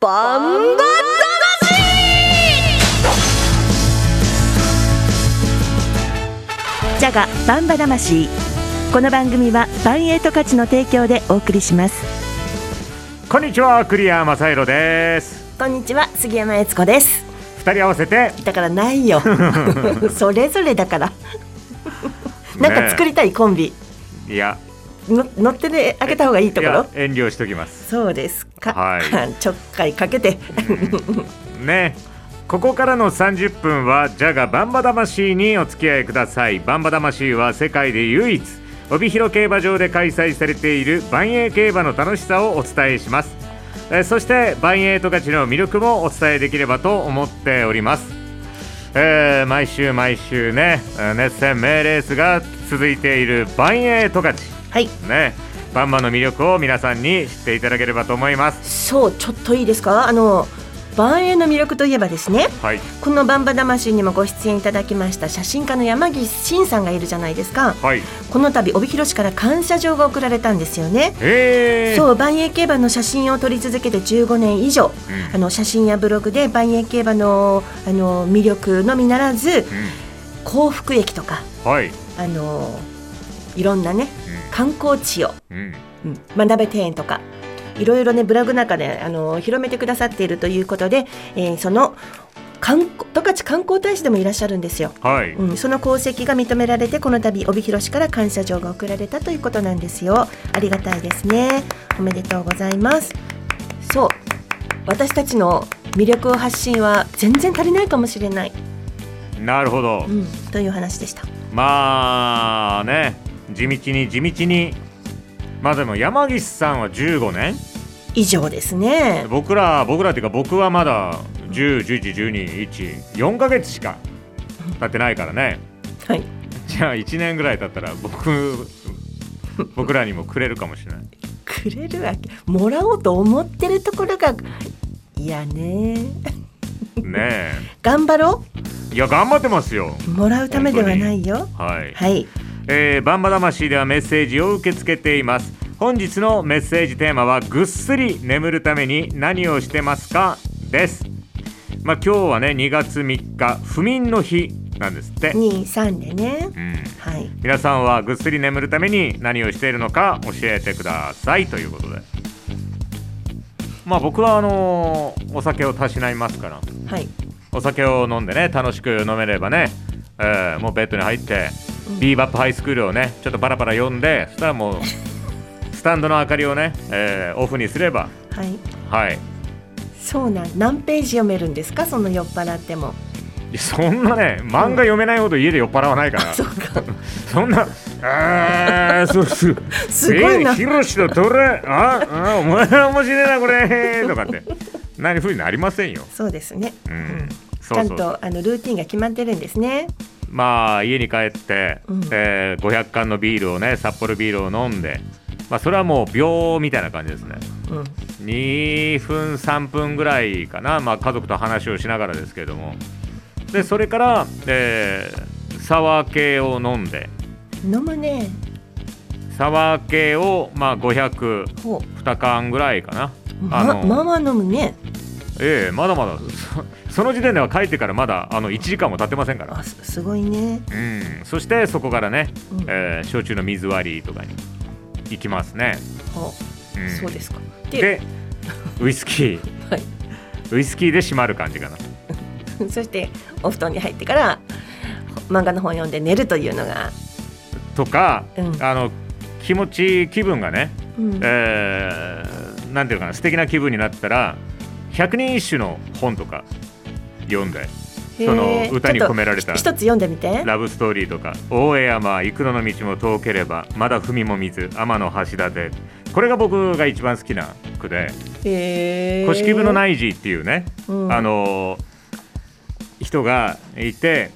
バンバ魂ジャガバンバ魂この番組はバンエイト価値の提供でお送りしますこんにちは、栗山正宏です。こんにちは杉山悦子です二人合わせて、だからないよそれぞれだからなんか作りたいコンビ、いや、の乗ってね開けた方がいいとこいろや遠慮しときます。そうですか、はい ちょっかいかけてね。ここからの30分は、ジャガバンバ魂にお付き合いください。バンバ魂は世界で唯一、帯広競馬場で開催されている万栄競馬の楽しさをお伝えします。えそして、万栄と勝ちの魅力もお伝えできればと思っております。えー毎週毎週ね、えー熱戦名レースが続いている万栄と勝ち。はいね、バンバの魅力を皆さんに知っていただければと思います。そうちょっといいですかあの万栄の魅力といえばですねはい、この「バンバ魂」にもご出演いただきました写真家の山岸真さんがいるじゃないですかはい、この度帯広市から感謝状が贈られたんですよねえー、そう万栄競馬の写真を撮り続けて15年以上、うんあの写真やブログで万栄競馬のあの魅力のみならず幸福駅とかうん、はい、あのいろんなね観光地を、うん、うん、うん、学べ庭園とかいろいろねブログなんかであの広めてくださっているということで、えーその観光十勝観光大使でもいらっしゃるんですよ。はい、うん、その功績が認められてこの度帯広市から感謝状が贈られたということなんですよありがたいですねおめでとうございますそう私たちの魅力を発信は全然足りないかもしれない、なるほどう。ん、という話でしたまあね、地道に地道に。まあでも山岸さんは15年以上ですね僕ら僕らっていうか僕はまだ10111214ヶ月しか経ってないからねはいじゃあ1年ぐらい経ったら僕僕らにもくれるかもしれないくれるわけもらおうと思ってるところがいやねね頑張ろえいや頑張ってますようもらうためではないよはい、はいえー、バンバ魂ではメッセージを受け付けています本日のメッセージテーマはぐっすり眠るために何をしてますかですまあ今日はね2月3日不眠の日なんですって、 23でねうん、はい皆さんはぐっすり眠るために何をしているのか教えてくださいということでまあ僕はあのーお酒をたしなみますからはいお酒を飲んでね楽しく飲めればね、えーもうベッドに入ってビーバップハイスクールをねちょっとパラパラ読んでそしたらもうスタンドの明かりをね、えーオフにすればはいはいそうなん何ページ読めるんですかその酔っ払ってもいやそんなね漫画読めないほど家で酔っ払わないから、そうか そんなあーそうす すごいなえーヒロシとトラああお前は面白いなこれとかって何ふうになりませんよそうですね、うんちそゃうんそうとあのルーティンが決まってるんですねまあ家に帰って、うんえー500缶のビールをね札幌ビールを飲んで、まあ、それはもう秒みたいな感じですねうん2分3分ぐらいかな、まあ、家族と話をしながらですけれどもでそれから、えーサワー系を飲んで飲むねサワー系を、まあ、502ほ缶ぐらいかなうままあまあ飲むねええまだまだそ その時点では帰ってからまだあの1時間も経ってませんからあすすごいねうん、そしてそこからね、うんえー焼酎の水割りとかに行きますね。ほううんそうですかでで、ウイスキー、はい、ウイスキーで締まる感じかな。 そしてお布団に入ってから漫画の本読んで寝るというのが、とか、うんあの気持ち気分がね、うんえーなんていうのかな素敵な気分になったら百人一首の本とか読んでそのへー歌にちょっと込められたひ一つ読んでみてラブストーリーとか大江山幾度の道も遠ければまだ踏みも見ず天の橋立これが僕が一番好きな句でへー古式部のナイジーっていうね、うんあのー人がいて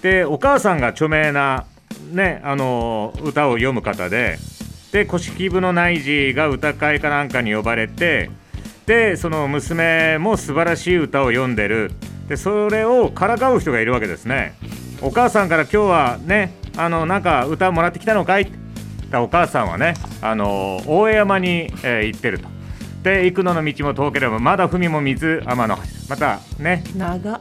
でお母さんが著名な、ねあのー歌を読む方でで古式部のナイジーが歌会かなんかに呼ばれてでその娘も素晴らしい歌を読んでるでそれをからかう人がいるわけですねお母さんから今日はねあのなんか歌もらってきたのかいだからお母さんはねあのー大江山に、えー行ってると。って幾野の道も遠ければまだ文も水天の橋またね長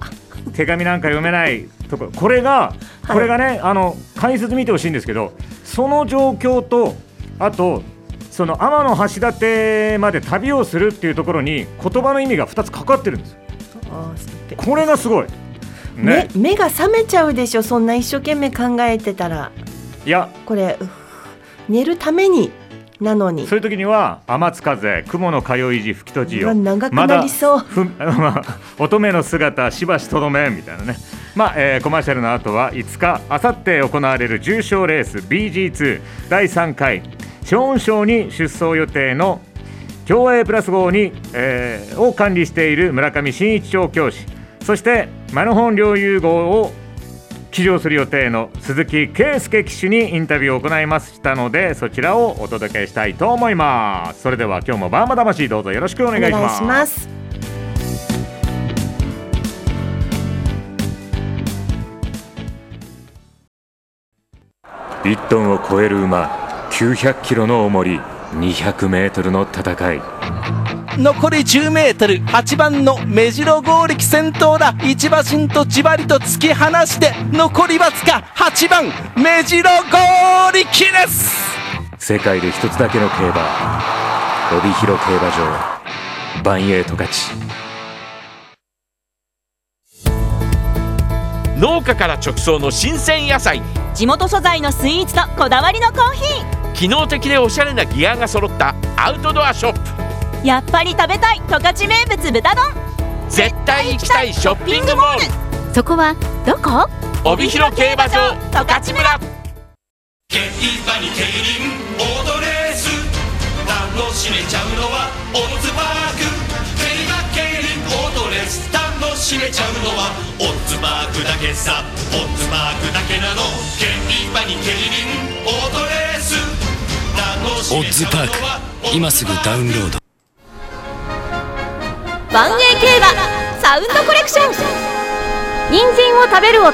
手紙なんか読めないとここれが、はいこれがねあの解説見てほしいんですけどその状況とあとその天の橋立まで旅をするっていうところに言葉の意味が2つかかってるんですよあーすてこれがすごいねね、目が覚めちゃうでしょそんな一生懸命考えてたらいやこれうふ寝るためになのにそういう時には雨津風雲の通い時吹きとじうわよ長くなりそう、ふんまあ乙女の 姿しばしとどめみたいなね、まあえーコマーシャルの後は5日あさって行われる重賞レース BG2 第3回ショーン賞に出走予定の競泳プラス号に、えーを管理している村上真一調教師そしてマルホン領有号を騎乗する予定の鈴木圭介騎手にインタビューを行いましたのでそちらをお届けしたいと思いますそれでは今日もバーマ魂どうぞよろしくお願いしお願いしますます1トンを超える馬900キロの重り200メートルの戦い残り 10m8 番の目白剛力先頭だ一馬身とじわりと突き放して残りわずか8番目白剛力です世界で一つだけの競馬帯広競馬場バンエイト勝ち農家から直送の新鮮野菜地元素材のスイーツとこだわりのコーヒ機能的でおしゃれなギアが揃ったアウトドアショップーやっぱり食べたい十勝名物豚丼絶対行きたいショッピングモールそこはどこ帯広競馬場十勝村競馬に競輪オートレース楽しめちゃうのはオッズパーク競馬競輪オートレース楽しめちゃうのはオッズパークだけさオッズパークだけなの競馬に競輪オートレース楽しめちゃうのはオッズパーク今すぐダウンロード万栄競馬サウンドコレクション人参を食べる音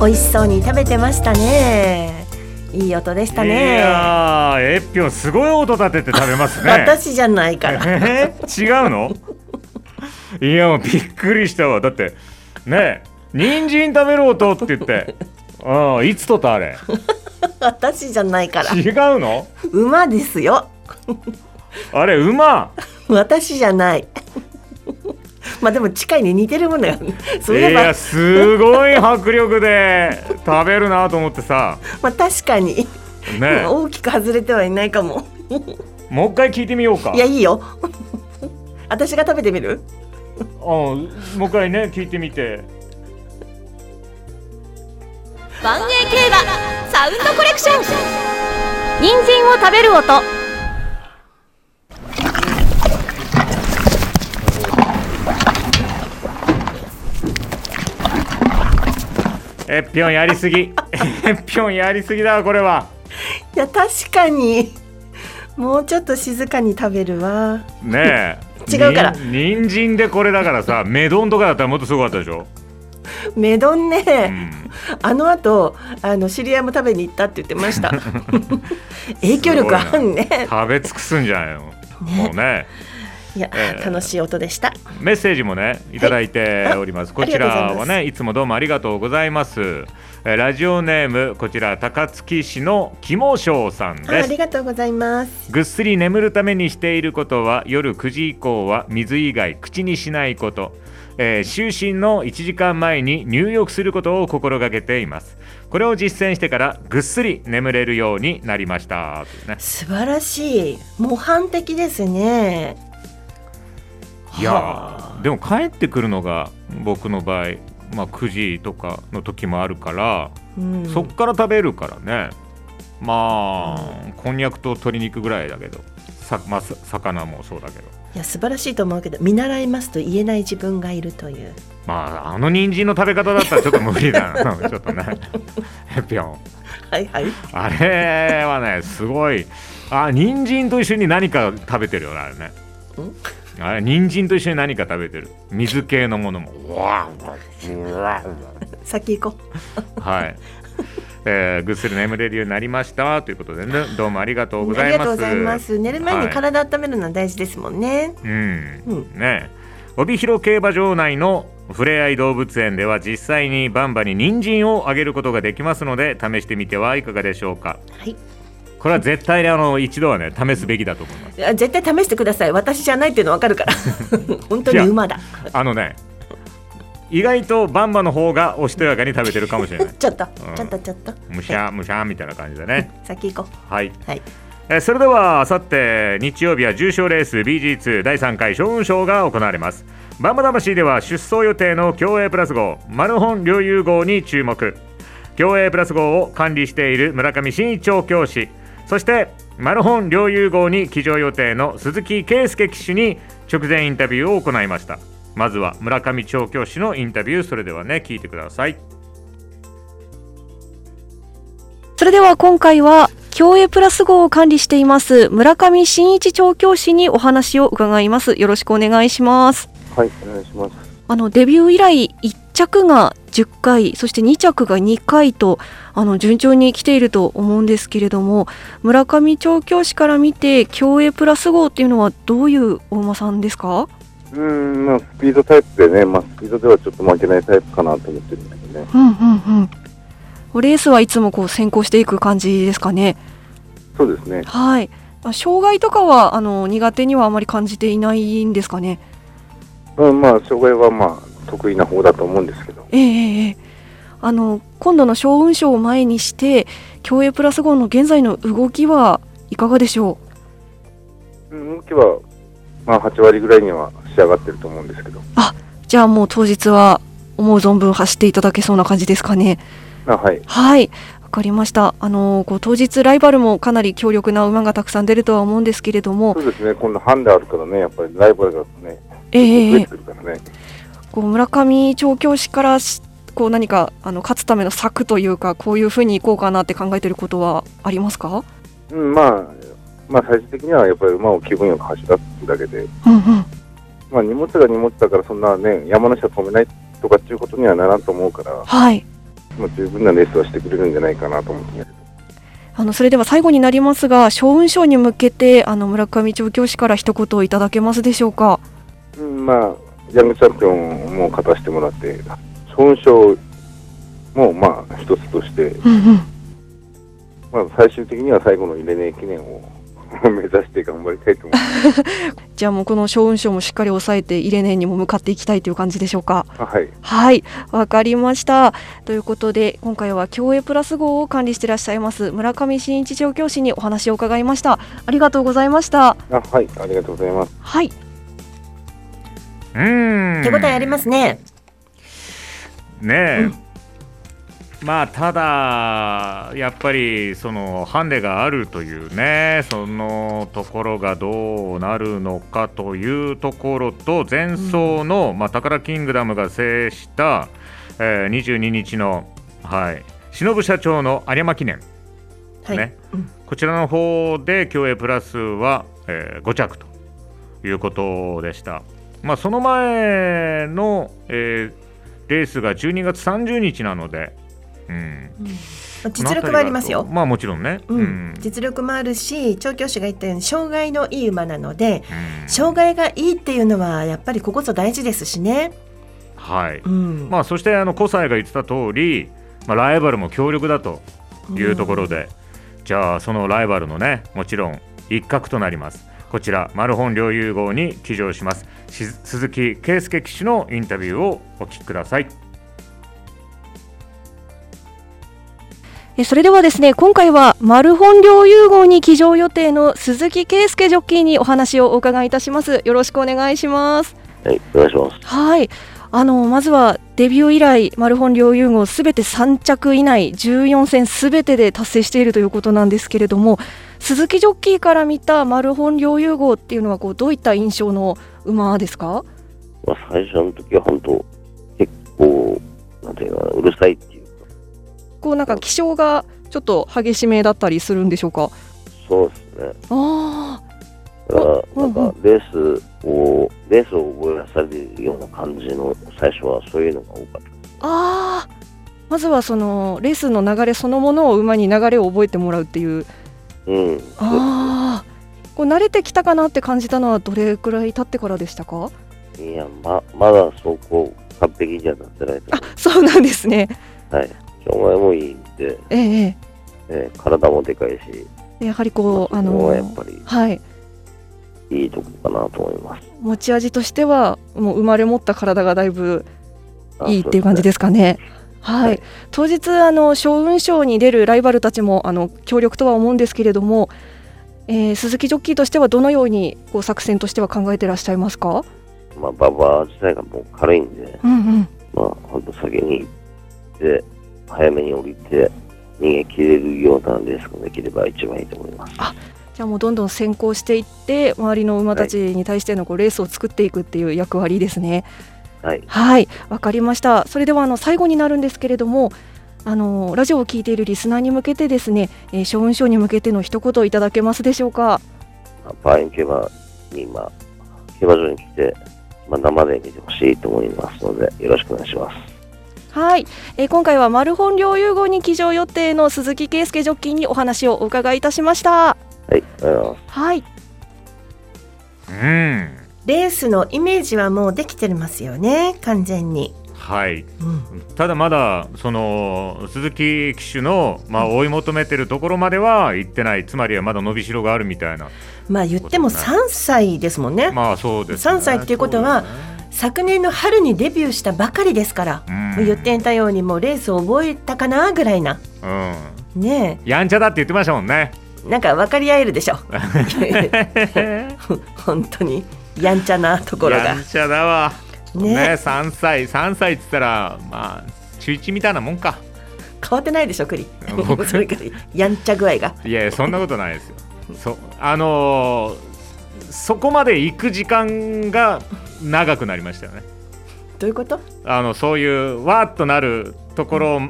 美味しそうに食べてましたねいい音でしたねいやーえっぴょんすごい音立てて食べますね 私じゃないからえ ー違うのいやもうびっくりしたわだってねえ人参食べる音って言ってああいつとたあれ 私じゃないから違うの馬ですよあれ馬私じゃない まあでも近いね似てるもん だよねそういいえば、やすごい迫力で食べるなと思ってさまあ確かに、ね大きく外れてはいないかもえもう一回聞いてみようかいやいいよ 私が食べてみるああもう一回ね聞いてみて万栄競馬サウンドコレクション人参を食べる音えっぴょんやりすぎえっぴょんやりすぎだわこれはいや確かにもうちょっと静かに食べるわねえ 違うからに人参でこれだからさメドンとかだったらもっとすごかったでしょ、メドうンね、ん、あの後あの知り合いも食べに行ったって言ってました 影響力あんね食べ尽くすんじゃないの、もうねいや、えー楽しい音でしたメッセージもねいただいております、はいあこちらありがとうごはざねいつもどうもありがとうございますえーラジオネームこちら高槻市の肝翔さんあであすりがとうございますぐっすり眠るためにしていることは夜9時以降は水以外口にしないこと、えー就寝の1時間前に入浴することを心がけていますこれを実践してからぐっすり眠れるようになりましたというね素晴らしい模範的ですねいやーでも帰ってくるのが僕の場合、まあ、9時とかの時もあるから、うんそっから食べるからねまあこんにゃくと鶏肉ぐらいだけどさまあ、さ魚もそうだけどいや素晴らしいと思うけど見習いますと言えない自分がいるというまああの人参の食べ方だったらちょっと無理だ なちょっとねへっぴょんはいはいあれはねすごいあ人参と一緒に何か食べてるよねあれねあれ人参と一緒に何か食べてる水系のものもうわうわうわ先行こうはい。えー、ぐっすり眠れるようになりましたということでね、どうもありがとうごあざりいがまとす。うございます寝る前にはい体温めるのは大事ですもんね、うん、うんねえ帯広競馬場内のふれあい動物園では実際にバンバに人参をあげることができますので試してみてはいかがでしょうかはいこれは絶対にあの一度はね試すべきだと思い ますいや絶対試してください私じゃないっていうの分かる から本当に馬だあのね意外とバンバの方がおしとやかに食べてるかもしれない ちょっと、うんちょっとちょっとむしゃむしゃみたいな感じでね先行こはい、はいえーそれではあさって日曜日は重賞レース BG2 第3回勝運賞が行われますバンバ魂では出走予定の競泳プラス号マルホン領有号に注目競泳プラス号を管理している村上真一調教師そしてマルホン領有号に騎乗予定の鈴木圭介騎手に直前インタビューを行いましたまずは村上調教師のインタビューそれではね聞いてくださいそれでは今回は競泳プラス号を管理しています村上真一調教師にお話を伺いますよろしくお願いしますはい、お願いします。あのデビュー以来1着が10回そして2着が2回とあの順調に来ていると思うんですけれども村上調教師から見て競泳プラス号っていうのはどういうお馬さんですかうーん、まあ、スピードタイプでね、まあ、スピードではちょっと負けないタイプかなと思ってるんだけどね。うんうんうんおレースはいつもこう先行していく感じですかねそうですね。はい。あ障害とかはあの苦手にはあまり感じていないんですかね。まあ、まあ、障害はまあ、得意な方だと思うんですけど。ええええあの今度の小運賞を前にして競泳プラス号の現在の動きはいかがでしょう。うん、動きは、まあ、8割ぐらいには仕上がってると思うんですけど。じゃあもう当日は思う存分走っていただけそうな感じですかね。あはい。はい。わかりました。あのこう当日ライバルもかなり強力な馬がたくさん出るとは思うんですけれども、そうですね、今度ハンデあるからね、やっぱりライバルがね、ええええ増えてくるからね。こう村上調教師からしこう何かあの勝つための策というかこういうふうにいこうかなって考えてることはありますか、うん、まあ、まあ、最終的にはやっぱり馬を気分よく走らすだけで、うんうん、まあ、荷物が荷物だから、そんなね、山の下止めないとかっていうことにはならんと思うから、はいまあ、十分なレースはしてくれるんじゃないかなと思ってね。あのそれでは最後になりますが勝運賞に向けてあの村上調教師から一言いただけますでしょうかうんまあ、ヤングチャンピオンも勝たせてもらって、損傷もまあ一つとして、うんうんまあ、最終的には最後の入れねえ記念を 目指して頑張りたいと思います。じゃあもうこの勝運賞もしっかり抑えて入れ年にも向かっていきたいという感じでしょうかあはい、はいわかりましたということで今回は競泳プラス号を管理していらっしゃいます村上真一調教師にお話を伺いましたありがとうございましたあはい、ありがとうございます。はいうーんう手応えありますねねえ、まあただやっぱりそのハンデがあるというねそのところがどうなるのかというところと前走の、まあ、宝キングダムが制した、えー22日のはい忍社長の有馬記念、はい、ねこちらの方で競泳プラスは、え5着ということでした。まあ、その前の、えーレースが12月30日なので、うん、実力もありますよまあもちろんね。うんうん実力もあるし調教師が言ったように障害のいい馬なので障害がいいっていうのはやっぱりここぞ大事ですしね、はい。うんまあそしてあのコサイが言ってた通り、まあライバルも強力だというところで、じゃあそのライバルのね、もちろん一角となります。こちらマルホン領有号に騎乗しますし鈴木圭介騎手のインタビューをお聞きください。えそれではですね今回はマルホン領有号に騎乗予定の鈴木圭介ジョッキーにお話をお伺いいたしますよろしくお願いしますはい、お願いします。はいあのまずはデビュー以来マルホン領有号すべて3着以内14戦すべてで達成しているということなんですけれども鈴木ジョッキーから見た丸本領有号っていうのはこうどういった印象の馬ですかまあ、最初の時は本当、結構、なんていうのかな、うるさいっていう、こうなんか気性がちょっと激しめだったりするんでしょうかそうですね。あだから、なんうんうか、レースを、レースを覚えらされるような感じの、最初はそういうのが多かっあああまずはそのレースの流れそのものを馬に流れを覚えてもらうっていうた。うん。ああこう慣れてきたかなって感じたのはどれくらい経ってからでしたかいや、ま、まだそこ、完璧にはなってないとそうなんですね思う。はい。お前もいいって、ええええー体もでかいし、えやはりこうあここのはやっぱりはいいいとこかなと思います。持ち味としてはもう生まれ持った体がだいぶいいっていう感じですかね。はい、当日あの小運賞に出るライバルたちもあの強力とは思うんですけれども、えー鈴木ジョッキーとしてはどのようにこう作戦としては考えてらっしゃいますか？まあ、ババア自体がもう軽いんで、うんうん。まあ、ほんと先に行って、早めに降りて、逃げ切れるようなレースができれば一番いいと思います。じゃあもうどんどん先行していって周りの馬たちに対してのこうレースを作っていくっていう役割ですね。はい。はい、わかりました。それではあの最後になるんですけれども、あのラジオを聞いているリスナーに向けてですね、えー、小運賞に向けての一言いただけますでしょうか。まあ、バーイン競馬に今、競馬場に来て、まあ、生で見てほしいと思いますので、よろしくお願いします。はい、えー、今回はマルホン領有号に騎乗予定の鈴木圭介ジョッキーにお話をお伺いいたしました。はい、ありがとうございます。はい、うんレースのイメージはもうできてますよね完全にはい、ただまだその鈴木騎手の、まあ、追い求めてるところまでは行ってないつまりはまだ伸びしろがあるみたいなまあ言っても3歳ですもんねまあそうです、ね、 3歳っていうことは、昨年の春にデビューしたばかりですから、んもう言っていたようにもうレースを覚えたかなぐらいなうんねやんちゃだって言ってましたもんねえなんか分かり合えるでしょ 本当にやんちゃなところがやんちゃだわねね3歳3歳っつったらまあ中1みたいなもんか変わってないでしょ栗僕それからいやんちゃ具合がいやいやそんなことないです よそあのーそこまで行く時間が長くなりましたよねどういうことあのそういうわーっとなるところ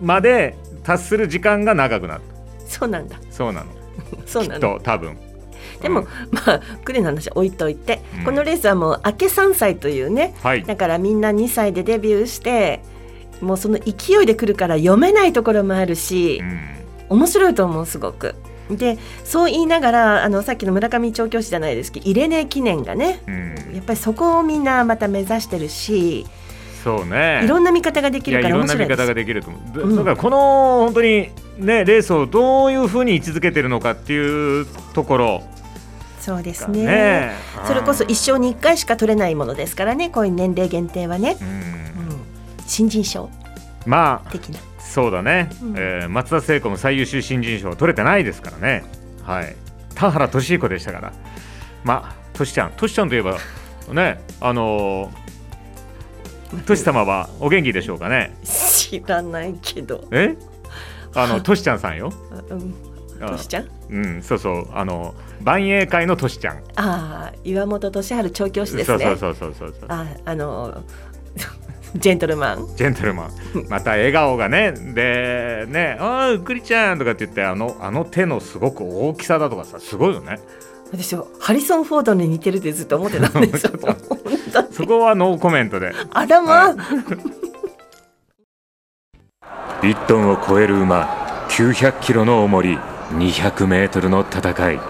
まで達する時間が長くなったそうなんだそうなのそうきなっのと多分でも、まあクレの話は置いといて、うんこのレースはもう明け3歳というね、はいだからみんな2歳でデビューしてもうその勢いで来るから読めないところもあるし、面白いと思うすごく。でそう言いながらあのさっきの村上調教師じゃないですけど入れねえ記念がね、やっぱりそこをみんなまた目指してるし、そうねいろんな見方ができるからいやいろん面な白見いです方ができると思う、だうんだからこの本当にねレースをどういうふうに位置づけてるのかっていうところそうですねねえそれこそ一生に1回しか取れないものですからねこういう年齢限定はね、うん新人賞まあ的なそうだね、うんえー松田聖子も最優秀新人賞は取れてないですからねはい田原俊彦でしたからまあトシちゃんトシちゃんといえばねあの ー、トシ様はお元気でしょうかね知らないけど、えあ のトシちゃんさんようん、あトシちゃんうんそうそうあの万栄会のトシちゃんああ岩本俊治調教師ですねそうそうそうそうそうああの ジェントルマンジェントル マンまた笑顔がねでね「ああクリちゃん」とかって言ってあのあの手のすごく大きさだとかさすごいよね私ハリソン・フォードに似てるってずっと思ってた んですよそこはノーコメントであら まあ、 1トンを超える馬900キロの重り200メートルの戦い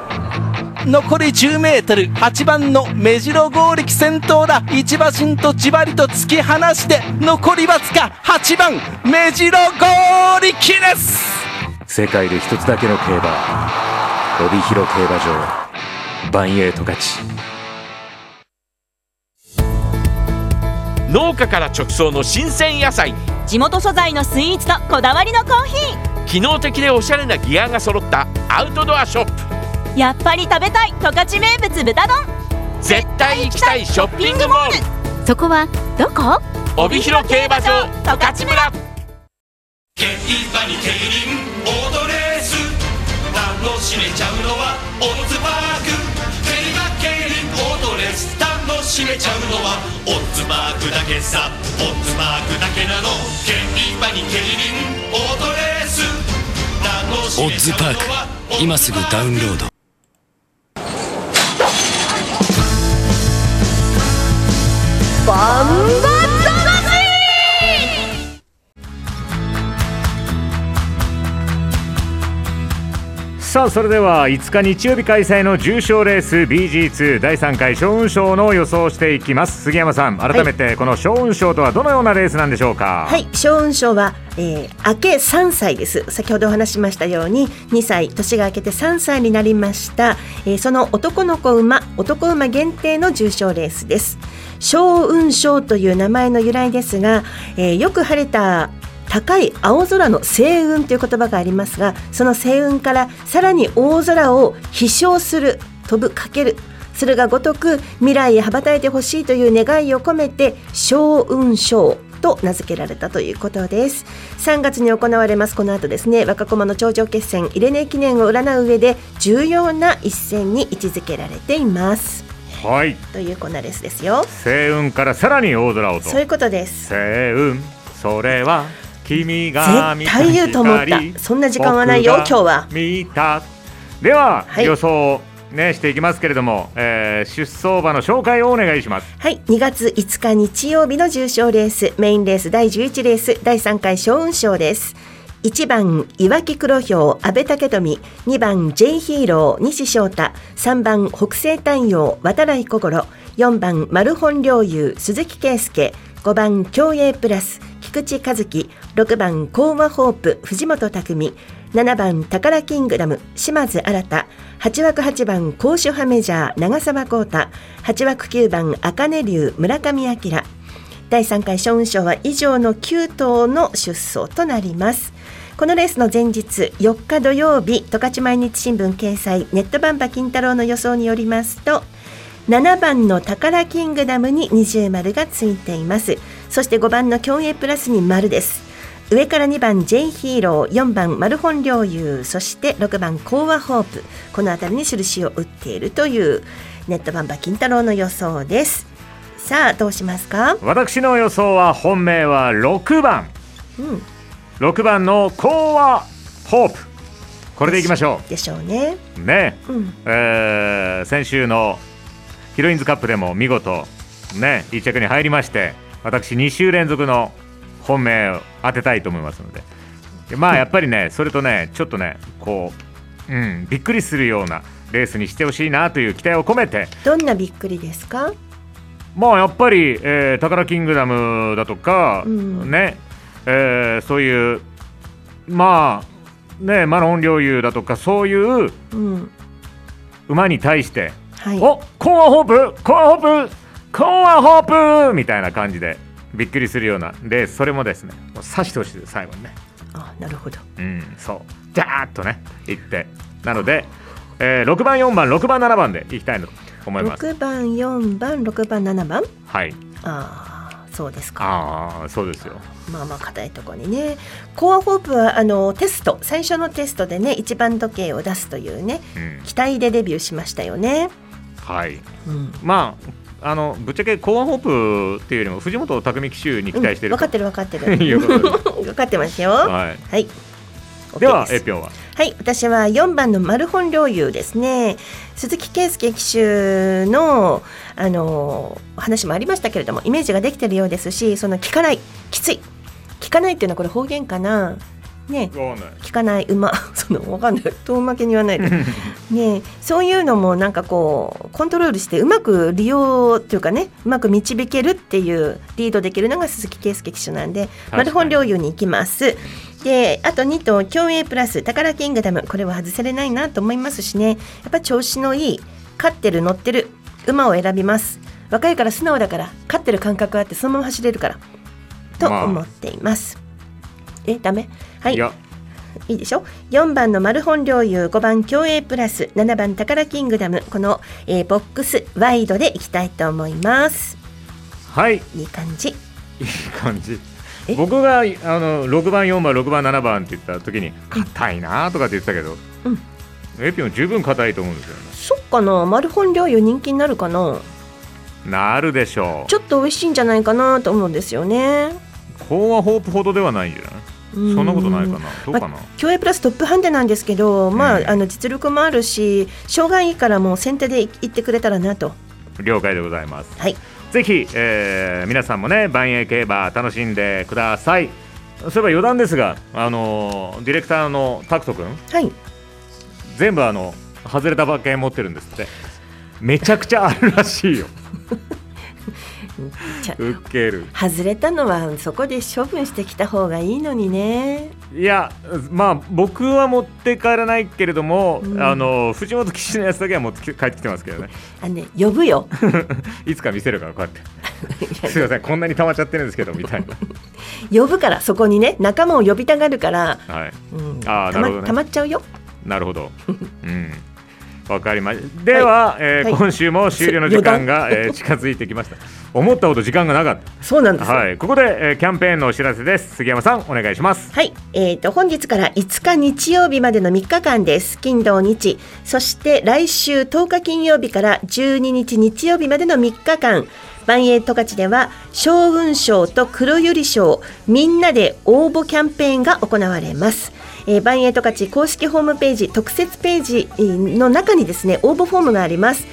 残り10メートル8番の目白剛力先頭だ一馬身とじわりと突き放して残りわずか8番目白剛力です世界で一つだけの競馬帯広競馬場万栄十勝農家から直送の新鮮野菜地元素材のスイーツとこだわりのコーヒ機能的でおしゃれなギアが揃ったアウトドアショップーやっぱり食べたい十勝名物豚丼絶対行きたいショッピングモールそこはどこ帯広競馬場十勝村競馬に競輪オートレース楽楽しめちゃうのはオッズパーク競馬競輪オートレース楽しめちゃうのはオッズパークだけさオッズパークだけなの競馬に競輪オートレース楽しオめッちズゃパーうのクは今すぐダウンロードバンバ魂さあそれでは5日日曜日開催の重賞レース BG2 第3回勝運賞の予想をしていきます杉山さん改めてこの勝運賞とはどのようなレースなんでしょうかはい、小雲賞は、えー、明け3歳です。先ほどお話ししましたように、2歳、年が明けて3歳になりました。えーその男の子馬、男馬限定の重賞レースです。小雲賞という名前の由来ですが、えーよく晴れた高い青空の星雲という言葉がありますが、その星雲からさらに大空を飛翔する、飛ぶ、かける。それがごとく未来へ羽ばたいてほしいという願いを込めて小雲賞と名付けられたということです3月に行われますこの後ですね若駒の頂上決戦イレネ記念を占う上で重要な一戦に位置づけられていますはいというこんなレースですよ星雲からさらに大空をとそういうことです星雲それは君が見絶た対言うと思っ光たそんな時間はないよ今僕日がは見たでは、はい予想ねしていきますけれども、えー出走馬の紹介をお願いしますはい、2月5日日曜日の重賞レース、メインレース第11レース、第3回小運賞です。1番、岩木黒ひょう、安倍武富、2番、J ヒーロー、西翔太、3番、北西太陽、渡来心、4番、丸本領友、鈴木圭介、5番、競泳プラス、菊池和樹、6番、講和ホープ、藤本拓海、7番、宝キングダム、島津新8枠8番、高手派メジャー、長澤幸太、8枠9番、茜龍、村上明。第3回小運賞は以上の9頭の出走となります。このレースの前日4日土曜日、十勝毎日新聞掲載、ネットバンバ金太郎の予想によりますと、7番の宝キングダムに二重丸がついていますそして5番の競泳プラスに丸です上から2番 J ヒーロー4番マルホン領有そして6番コ和ホープこの辺りに印を打っているというネットバンバ金太郎の予想ですさあどうしますか私の予想は本命は6番うん6番のコ和ホープこれでいきましょでしょうねうねうんえー先週のヒロインズカップでも見事ね1着に入りまして私2週連続の本命を当てたいと思いますのででまあやっぱりねそれとねちょっとねこう、うん、びっくりするようなレースにしてほしいなという期待を込めてどんなびっくりですかまあやっぱり、えー、宝キングダムだとか、うんね、えーそういうまあねマロン領有だとかそういううん馬に対して、はいおコアホープコアホープコアホープみたいな感じでびっくりするようなレースそれもですねもう刺してほしいです最後にねあなるほどうんそうジャーッとねいってなので、えー6番4番6番7番でいきたいなと思います6番4番6番7番はいああそうですかああそうですよまあまあ硬いところにねコアホープはあのテスト最初のテストでね一番時計を出すというねうん期待でデビューしましたよねはい、まああのぶっちゃけコアホープっていうよりも藤本匠騎手に期待してる、分かってる分かって るいうことで 分かっ てますよははい、はい、ではエピオンは私は4番の丸本領有ですね鈴木圭介騎手のあのお話もありましたけれどもイメージができてるようですしその聞かないきつい聞かないっていうのはこれ方言かなね聞かない馬 そのわかんない遠負けに言わないでねえそういうのもなんかこうコントロールしてうまく利用というかねうまく導けるっていうリードできるのが鈴木圭介騎手なんで確かにマルホン領有に行きます。であと2頭競泳プラス宝キングダムこれは外せれないなと思いますしねやっぱ調子のいい勝ってる乗ってる馬を選びます若いから素直だから勝ってる感覚あってそのまま走れるからとまあ思っています、えダメはいいやいいでしょ4番のマルホン領有5番競泳プラス7番宝キングダムこの、えーボックスワイドでいきたいと思いますはいいい感じいい感じ僕があの6番4番6番7番って言った時に硬いなとかって言ってたけど、エピオン十分硬いと思うんですよねそっかなマルホン料理人気になるかななるでしょうちょっと美味しいんじゃないかなと思うんですよね高和ホープほどではないんじゃないうんそんなことないかなどうかな、まあ競泳プラストップハンデなんですけど、まあ、あの実力もあるし障害いいからもう先手でい行ってくれたらなと了解でございます、はい、ぜひ、えー皆さんもね万栄競馬楽しんでくださいそういえば余談ですがあのーディレクターのタクト君はい全部あの外れた馬券持ってるんですってめちゃくちゃあるらしいよちゃウケる外れたのはそこで処分してきた方がいいのにねいやまあ僕は持って帰らないけれども、あの藤本騎士のやつだけは持ってき帰ってきてますけどねあね呼ぶよいつか見せるからこうやってすいませんこんなに溜まっちゃってるんですけどみたいな呼ぶからそこにね仲間を呼びたがるからはい、ああたなるほまどたまねっちゃうよなるほ どうんわかりましたでは、えーはい今週も終了の時間が、 余談えー近づいてきました思ったほど時間がなかったそうなんですよはいここで、えーキャンペーンのお知らせです杉山さんお願いしますはい、えー、と本日から5日日曜日までの3日間です金土日そして来週10日金曜日から12日日曜日までの3日間万栄十勝では将軍賞と黒百合賞みんなで応募キャンペーンが行われますえー、バンエイトカチ公式ホームページ特設ページえーの中にですね応募フォームがあります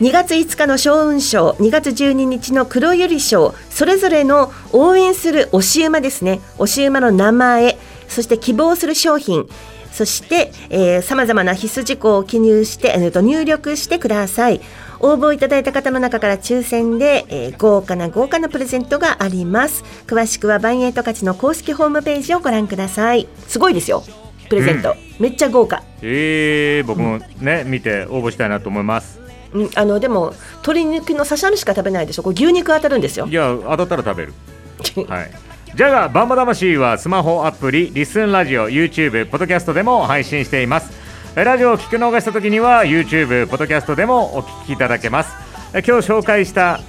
2月5日の小雲賞2月12日の黒百合賞それぞれの応援する推し馬ですね推し馬の名前そして希望する商品そしてさまざまな必須事項を記入して、えー、と入力してください応募いただいた方の中から抽選で、えー豪華な豪華なプレゼントがあります詳しくはバンエイトカチの公式ホームページをご覧くださいすごいですよプレゼンうト、んめっちゃ豪華えー、僕もね、見て応募したいなと思いますうんあのでも鶏肉のさしゃるしか食べないでしょこう牛肉当たるんですよいや当たったら食べるはいジャガバンバ魂はスマホアプリリスンラジオ YouTube ポッドキャストでも配信していますえラジオを聞くのがした時には YouTube ポッドキャストでもお聞きいただけますえ今日紹介した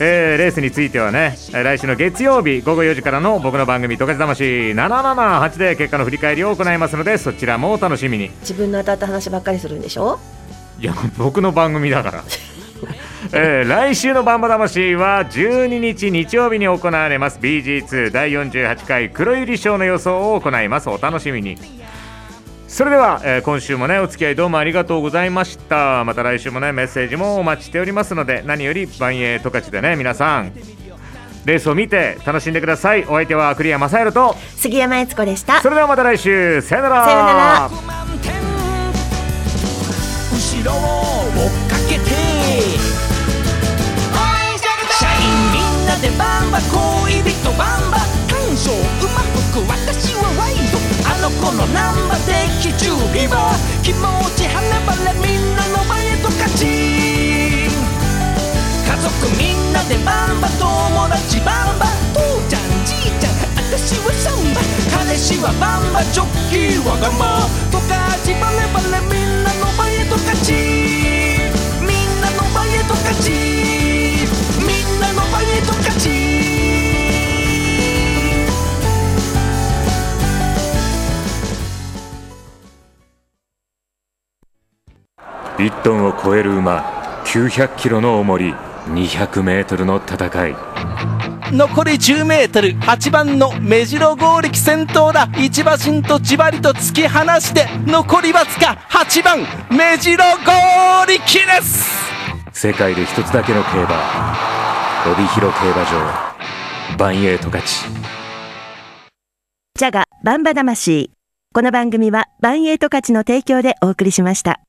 えーレースについてはねえ来週の月曜日午後4時からの僕の番組「トカチ魂778」で結果の振り返りを行いますのでそちらもお楽しみに自分の当たった話ばっかりするんでしょいや僕の番組だから、 えー来週の「バンバ魂」は12日日曜日に行われます BG2 第48回黒百合賞の予想を行いますお楽しみにそれでは、えー今週もねお付き合いどうもありがとうございましたまた来週もねメッセージもお待ちしておりますので何より万栄十勝でね皆さんレースを見て楽しんでくださいお相手は栗山雅弘と杉山悦子でしたそれではまた来週さよならさよなら後ろを追っかけて社員みんなでバンバ恋人バンバ感情うまく私はワイドあの子のナンバーで基準リバー気持ち花晴れみんなの前へと勝ち家族みんなでバンバ友達バンバ父ちゃんじいちゃん私はサンバ彼氏はバンバジョッキーはガマとかちバレバレみんなの前へと勝ちみんなの前へと勝ちみんなの前へと勝ち1トンを超える馬900キロの重り200メートルの戦い残り10メートル8番の目白剛力先頭だ一馬身とじわりと突き放して残りわずか8番目白剛力です世界で一つだけの競馬帯広競馬場万栄十勝ジャガバンバ魂この番組はバンエイト勝ちの提供でお送りしました